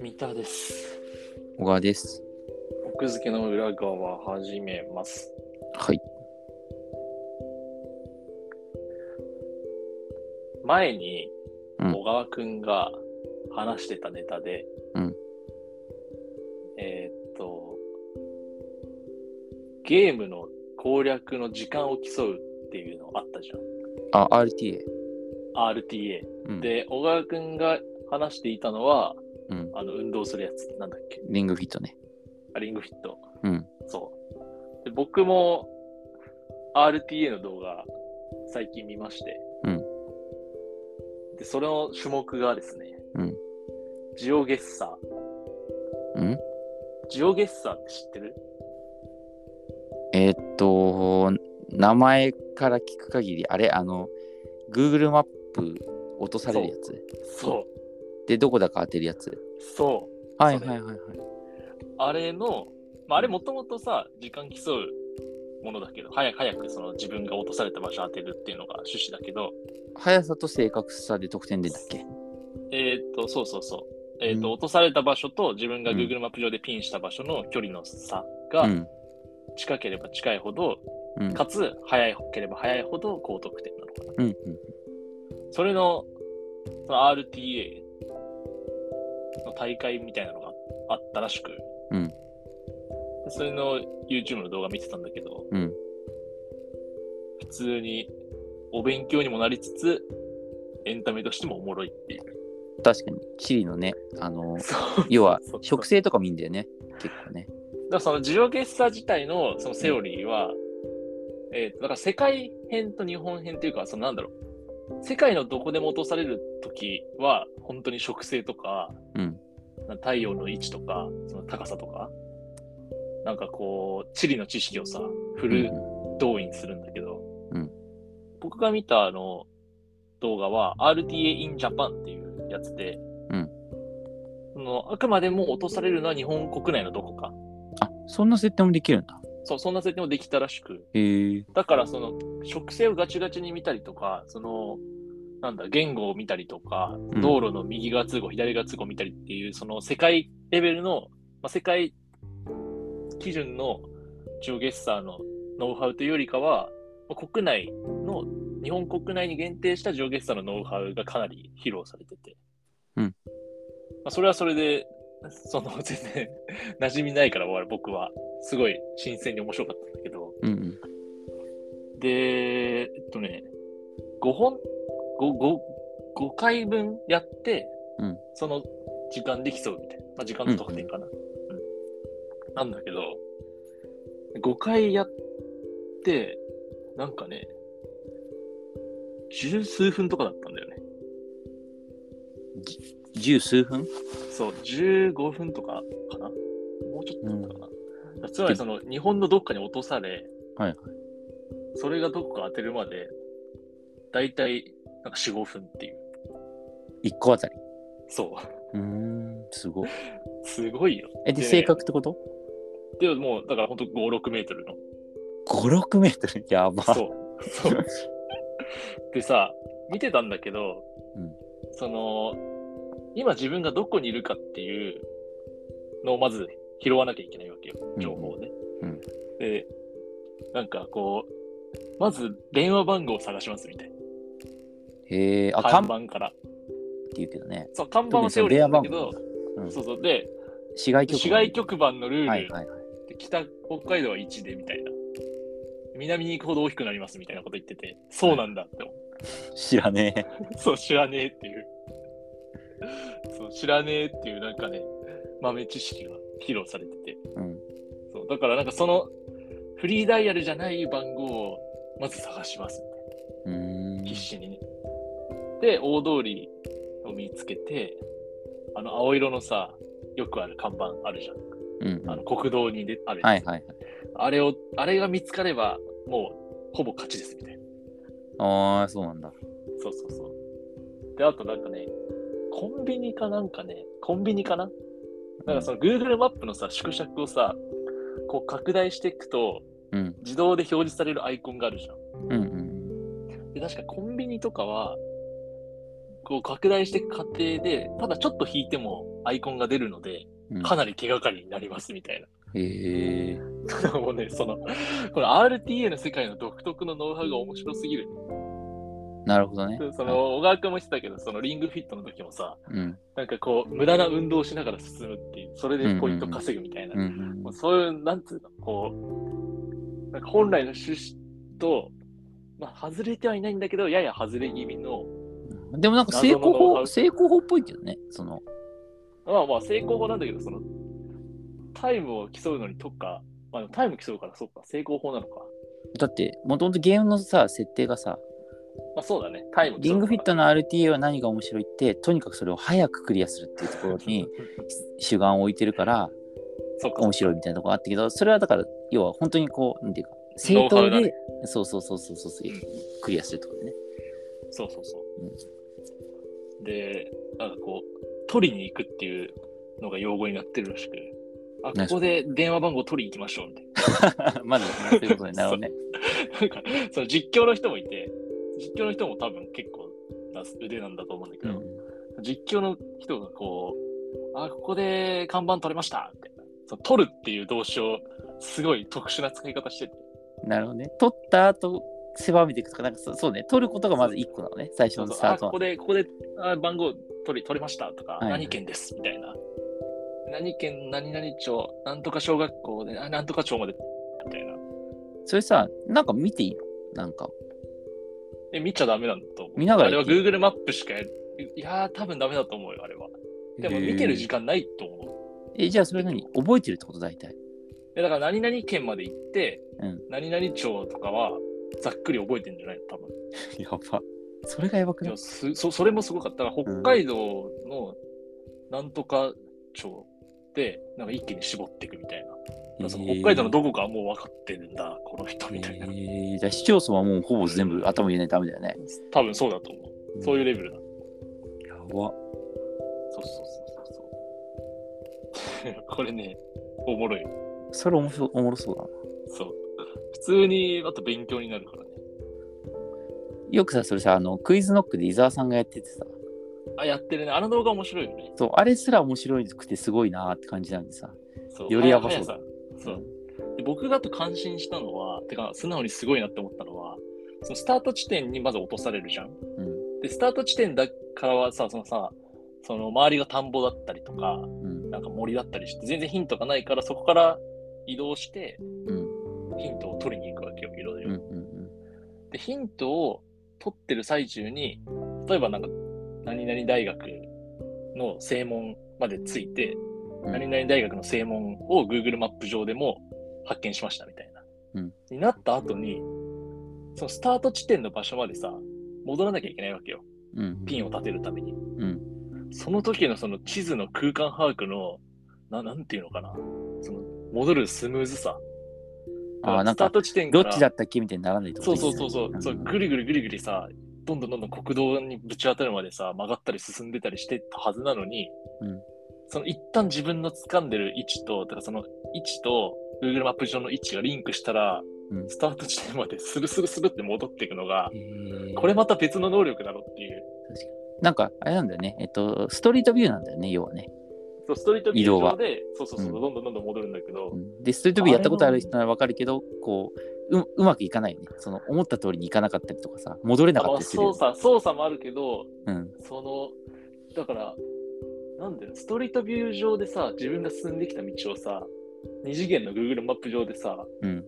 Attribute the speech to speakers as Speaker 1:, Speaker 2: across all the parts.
Speaker 1: 三田です。
Speaker 2: 小川です。
Speaker 1: 奥付けの裏側始めます。
Speaker 2: はい。
Speaker 1: 前に
Speaker 2: うん
Speaker 1: 小川くんが話してたネタで、
Speaker 2: うん
Speaker 1: えーっと、ゲームの攻略の時間を競うっていうのあったじ
Speaker 2: あ、RTA。
Speaker 1: ゃん。RTA。
Speaker 2: うん、
Speaker 1: で、小川くんが話していたのは、
Speaker 2: うん、
Speaker 1: あの、運動するやつ、なんだっけ、
Speaker 2: リングフィットね。
Speaker 1: あリングフィット。
Speaker 2: うん。
Speaker 1: そう。で僕も RTA の動画最近見まして。
Speaker 2: うん
Speaker 1: で、それの種目がですね、
Speaker 2: うん
Speaker 1: ジオゲッサー。
Speaker 2: うん
Speaker 1: ジオゲッサーって知ってる
Speaker 2: えーっと、名前から聞く限り、あれ、あの、Google マップ落とされるやつ。
Speaker 1: そ
Speaker 2: で、どこだか当てるやつ。
Speaker 1: う。そう。
Speaker 2: はい
Speaker 1: そ
Speaker 2: は
Speaker 1: れ
Speaker 2: いはいはい。
Speaker 1: あれの、まあ、あれもともとさ、時間競うものだけど、早く早くその自分が落とされた場所当てるっていうのが趣旨だけど、
Speaker 2: 速さと正確さで得点出たっけ
Speaker 1: えーっと、そうそうそう。えーっと、
Speaker 2: うん
Speaker 1: 落とされた場所と自分が
Speaker 2: うん
Speaker 1: Google マップ上でピンした場所の距離の差が、
Speaker 2: うん。
Speaker 1: 近ければ近いほど、
Speaker 2: うん。
Speaker 1: かつ早ければ早いほど高得点なのかな。
Speaker 2: うん。うん
Speaker 1: それのその RTA の大会みたいなのがあったらしく、
Speaker 2: うん
Speaker 1: でそれの YouTube の動画見てたんだけど、
Speaker 2: うん。
Speaker 1: 普通にお勉強にもなりつつ、エンタメとしてもおもろいっていう。
Speaker 2: 確かに、チリのね、あの、
Speaker 1: そう
Speaker 2: 要は
Speaker 1: そう、そう
Speaker 2: 植生とかもいいんだよね。結構ね。
Speaker 1: だからそのジオゲッサー自体のそのセオリーは、えーとだから世界編と日本編というか、そのなんだろう、世界のどこでも落とされるときは、本当に植生とか、
Speaker 2: うん
Speaker 1: なんか太陽の位置とか、その高さとか、なんかこう、地理の知識をさ、フ
Speaker 2: うん
Speaker 1: ル動員するんだけど、
Speaker 2: うん
Speaker 1: 僕が見たあの動画は RTA in Japan っていうやつで、
Speaker 2: うん
Speaker 1: そのあくまでも落とされるのは日本国内のどこか。
Speaker 2: あ、そんな設定もできるんだ。
Speaker 1: そう、そんな設定もできたらしく、
Speaker 2: へえ。
Speaker 1: だからその、植生をガチガチに見たりとか、その、なんだ、言語を見たりとか、
Speaker 2: ん
Speaker 1: 道路の右側通行、左側通行を見たりっていう、その世界レベルの、まあ、世界基準のジオゲッサーのノウハウというよりかは、まあ国内の、日本国内に限定したジオゲッサーのノウハウがかなり披露されてて、
Speaker 2: うん
Speaker 1: まあ、それはそれで、その全然馴染みないから僕は、すごい新鮮に面白かったんだけど、
Speaker 2: うんうん。
Speaker 1: で、えっとね、5本、5, 五五回分やって、
Speaker 2: うん
Speaker 1: その時間で競うみたいな。まあ、時間の得点かな、うんなんだけど、5回やって、なんかね、十数分とかだったんだよね。
Speaker 2: 十数分
Speaker 1: そう、15分とかかなもうちょっとだったかな、だからつまりその日本のどっかに落とされ、
Speaker 2: はいはい
Speaker 1: それがどこか当てるまで、だいたいなんか4、5分っていう。
Speaker 2: 一個あたり。
Speaker 1: そう。
Speaker 2: うーん、すごい。
Speaker 1: すごいよ。
Speaker 2: え、
Speaker 1: で
Speaker 2: で、正確ってこと
Speaker 1: でももう、だから本当5、6メートルの。
Speaker 2: 5、6メートルやば。
Speaker 1: そう。 そう。でさ、見てたんだけど、
Speaker 2: うん
Speaker 1: その、今自分がどこにいるかっていうのをまず拾わなきゃいけないわけよ、情報をね。
Speaker 2: うんうん
Speaker 1: で、なんかこう、まず電話番号を探しますみたい
Speaker 2: へえ、
Speaker 1: な。
Speaker 2: あ、看
Speaker 1: 看
Speaker 2: 板っ
Speaker 1: 板から。
Speaker 2: て言うけどね。
Speaker 1: そう、看板はセオリーなんだけど
Speaker 2: 特、うん
Speaker 1: そうそう。で、
Speaker 2: 市街局。
Speaker 1: 市街局番のルール、
Speaker 2: はいはいはい。
Speaker 1: で北北海道は1でみたいな。南に行くほど大きくなりますみたいなこと言ってて、そうなんだって思う。
Speaker 2: 知らねえ。
Speaker 1: そう、知らねえっていう。そう、知らねえっていうなんかね、豆知識が披露されてて。
Speaker 2: うん。
Speaker 1: そう、だからなんかそのフリーダイヤルじゃない番号をまず探しますみたいな。
Speaker 2: うーん。
Speaker 1: 必死にね。で、大通りを見つけて、あの青色のさ、よくある看板あるじゃん。
Speaker 2: うん。
Speaker 1: あ
Speaker 2: は
Speaker 1: の国道にである
Speaker 2: い
Speaker 1: やつ
Speaker 2: はいはい。
Speaker 1: あれを、あれが見つかれば、もう、ほぼ勝ちですみたいな。
Speaker 2: ああ、そうなんだ。
Speaker 1: そうそうそう。で、あとなんかね、コンビニかなんかね、コンビニかななんかその Google マップのさ、縮尺をさ、こう拡大していくと、
Speaker 2: うん
Speaker 1: 自動で表示されるアイコンがあるじゃん。
Speaker 2: うん
Speaker 1: で、確かコンビニとかは、こう拡大していく過程で、ただちょっと引いてもアイコンが出るので、
Speaker 2: うん
Speaker 1: かなり手がかりになりますみたいな。
Speaker 2: へえ
Speaker 1: もうね、その、この RTA の世界の独特のノウハウが面白すぎる。
Speaker 2: なるほどね
Speaker 1: その、小川君も言ってたけど、そのリングフィットの時もさ、
Speaker 2: うん
Speaker 1: なんかこう、無駄な運動をしながら進むっていう、それでポイント稼ぐみたいな。
Speaker 2: うん
Speaker 1: もうそういう、なんつうの、こう、なんか本来の趣旨と、まあ、外れてはいないんだけど、やや外れ気味の、
Speaker 2: うんでもなんか成功
Speaker 1: 謎のノウハ
Speaker 2: 法
Speaker 1: ウ
Speaker 2: 成功法っぽいけどねその
Speaker 1: まあまあ成功法なんだけど、その、タイムを競うのに特化、まあでもタイム競うから、そうか、成功法なのか。
Speaker 2: だってもともとゲームのさ設定がさ
Speaker 1: まあそうだね、タイム競う
Speaker 2: リングフィット
Speaker 1: の
Speaker 2: の RTA は何が面白いってとにかくそれを早くクリアするっていうところに主眼を置いてるから
Speaker 1: そっか
Speaker 2: 面白いみたいなところがあったけどそれはだから要は本当にこうなんていうか正
Speaker 1: ノウハウだ
Speaker 2: 当で
Speaker 1: ね
Speaker 2: そうそうそうそうそう
Speaker 1: うん
Speaker 2: クリアするってことね
Speaker 1: そうそうそう。で、なんかこう、取りに行くっていうのが用語になってるらしく、あ、
Speaker 2: 何
Speaker 1: ここで電話番号取りに行きましょうみたいな。
Speaker 2: まずそういうことになるほ どね
Speaker 1: なんか、その実況の人もいて、実況の人も多分結構な腕なんだと思うんだけど、実況の人がこう、あ、ここで看板取れましたみたいな。その取るっていう動詞をすごい特殊な使い方してて、
Speaker 2: うんなるほどね取った後狭めていくとかなんかそそうね取ることがまず1個なのね最初
Speaker 1: そう
Speaker 2: の
Speaker 1: そう
Speaker 2: スタ
Speaker 1: あ、
Speaker 2: ート
Speaker 1: こ
Speaker 2: は
Speaker 1: こで、ここであ番号取り取れましたとか、
Speaker 2: はい
Speaker 1: 何県ですみたいな。何県何々町、なんとか小学校で、あなんとか町まで、みたいな。
Speaker 2: それさなんか見ていいのなんか
Speaker 1: え、見ちゃダメなんだと思う。
Speaker 2: 見ながら
Speaker 1: あれ
Speaker 2: や
Speaker 1: は
Speaker 2: っていい
Speaker 1: Google マップしかやる。いやー、多分ダメだと思うよ、あれは。でも見てる時間ないと思う。
Speaker 2: えじゃあそれ何覚えてるってこと大 体
Speaker 1: えだから何々県まで行って、
Speaker 2: うん
Speaker 1: 何々町とかはざっくり覚えてんじゃないの多分。
Speaker 2: やばそれがやばく
Speaker 1: で
Speaker 2: ない
Speaker 1: もす そそれもすごかっただから北海道のなんとか町でなんか一気に絞っていくみたいな。だからその北海道のどこかはもう分かってるんだ、この人みたいな
Speaker 2: え。ーじゃあ市町村はもうほぼ全部頭入れないとダメだよね。
Speaker 1: 多分そうだと思う。そういうレベルだ。
Speaker 2: やば。
Speaker 1: そうそうそうそう そう。これね、おもろい。
Speaker 2: それおもしろおもろそうだな。
Speaker 1: そう。普通に、あと勉強になるからね。
Speaker 2: よくさ、それさ、あの、クイズノックで伊沢さんがやっててさ、
Speaker 1: あ、やってるね。あの動画面白いよね。
Speaker 2: そう、あれすら面白くてすごいなーって感じなんでさ。
Speaker 1: そう
Speaker 2: よりやばそうだ
Speaker 1: はやさそうで僕がと感心したのは、てか素直にすごいなって思ったのは、そのスタート地点にまず落とされるじゃん。
Speaker 2: うん。
Speaker 1: で、スタート地点だからはさ、そのさ、その周りが田んぼだったりとか、
Speaker 2: うん。
Speaker 1: なんか森だったりして、全然ヒントがないから、そこから移動して、
Speaker 2: うん。
Speaker 1: ヒントを取りに行くわけよ、いろい
Speaker 2: うん。う
Speaker 1: ろ。
Speaker 2: ん。うん
Speaker 1: で、ヒントを取ってる最中に、例えばなんか、何々大学の正門までついて、
Speaker 2: うん
Speaker 1: 何々大学の正門を Google マップ上でも発見しましたみたいな。
Speaker 2: うん
Speaker 1: になった後に、そのスタート地点の場所までさ、戻らなきゃいけないわけよ。
Speaker 2: うん。
Speaker 1: ピンを立てるために。
Speaker 2: うん。
Speaker 1: その時のその地図の空間把握の、ななんていうのかな。その戻るスムーズさ。
Speaker 2: ああ、なん
Speaker 1: スター
Speaker 2: か、
Speaker 1: ト地点
Speaker 2: ど
Speaker 1: か
Speaker 2: っ
Speaker 1: ら。
Speaker 2: ちだったっけみたいにならないってこ
Speaker 1: そ
Speaker 2: と
Speaker 1: うそうそうそう、そうぐ
Speaker 2: り。
Speaker 1: りぐりぐりぐりさ、どんどんどんどん国道にぶち当たるまでさ、曲がったり進んでたりしてたはずなのに、
Speaker 2: うん
Speaker 1: その一旦自分の掴んでる位置と、だからその位置と Google マップ上の位置がリンクしたら、
Speaker 2: うん
Speaker 1: スタート地点までスルスルスルって戻っていくのが、
Speaker 2: へー
Speaker 1: これまた別の能力だろっていう。
Speaker 2: なんか、あれなんだよね。えっと、ストリートビューなんだよね、要はね。
Speaker 1: そうストリートビュー
Speaker 2: 移動は
Speaker 1: 上で、そうそうそう、
Speaker 2: うん
Speaker 1: どんどんどんどん戻るんだけど、
Speaker 2: うんで、ストリートビューやったことある人ならわかるけど、こう、ううまくいかないよね。その、思った通りにいかなかったりとかさ、戻れな
Speaker 1: あ
Speaker 2: かっ
Speaker 1: まあ
Speaker 2: たりする
Speaker 1: 操
Speaker 2: よね。
Speaker 1: 作、操作もあるけど、
Speaker 2: うん。
Speaker 1: その、だから、なんだよ、ストリートビュー上でさ、自分が進んできた道をさ、二次元の Google マップ上でさ、
Speaker 2: うん。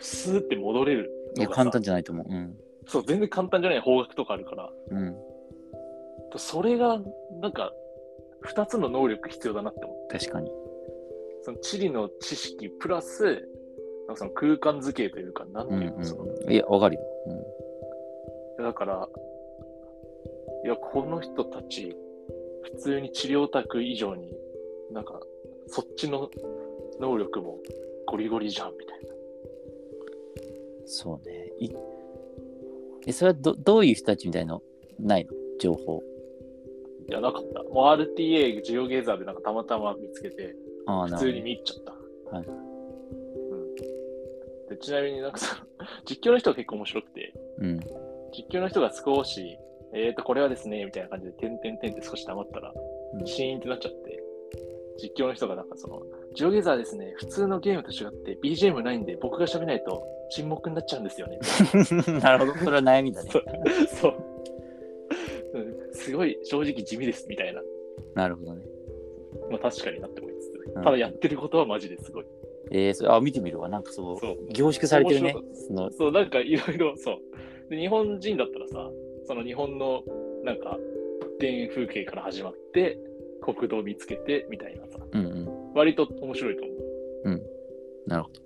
Speaker 1: スーって戻れる
Speaker 2: い
Speaker 1: の
Speaker 2: や、
Speaker 1: がさ。
Speaker 2: 簡単じゃないと思う。うん。
Speaker 1: そう、全然簡単じゃない方角とかあるから。
Speaker 2: うん。
Speaker 1: それが、なんか、二つの能力必要だなって思う。
Speaker 2: 確かに。
Speaker 1: その地理の知識プラス、なんかその空間図形というか、なんて
Speaker 2: うん
Speaker 1: いうの、その
Speaker 2: うん。いや、わかるよ。
Speaker 1: だから、いや、この人たち、普通に治療オタク以上に、なんか、そっちの能力もゴリゴリじゃん、みたいな。
Speaker 2: うん。そうね。いえ、それはどどういう人たちみたいのないの情報。
Speaker 1: いや、なかった。もう RTA、ジオゲーザーでなんかたまたま見つけて、
Speaker 2: ああ、
Speaker 1: 普
Speaker 2: な
Speaker 1: 通に
Speaker 2: る
Speaker 1: 見入っちゃった。
Speaker 2: はい
Speaker 1: うんでちなみになんかその、実況の人が結構面白くて、
Speaker 2: うん。
Speaker 1: 実況の人が少し、えーと、これはですね、みたいな感じで、てんてんてんって少し黙ったら
Speaker 2: う、ん
Speaker 1: シーンってなっちゃって、実況の人がなんかその、ジオゲザーですね、普通のゲームと違って、BGM ないんで、僕が喋らないと沈黙になっちゃうんですよ ね。
Speaker 2: なるほど、それは悩みだね
Speaker 1: そ。う。そううんすごい正直地味ですみたいな、
Speaker 2: なるほどね。
Speaker 1: まあ、確かになって思いつつ、
Speaker 2: うん
Speaker 1: ただやってることはマジですごい。
Speaker 2: えー、それあ見てみるわ。なんかそう、
Speaker 1: そう
Speaker 2: 凝縮されてるね
Speaker 1: 面。
Speaker 2: その
Speaker 1: そう、なんかいろいろ、そう。で、日本人だったらさ、その日本の、なんか、田園風景から始まって、国道見つけて、みたいなさ、
Speaker 2: うんうん。
Speaker 1: 割と面白いと思う。
Speaker 2: なるほど。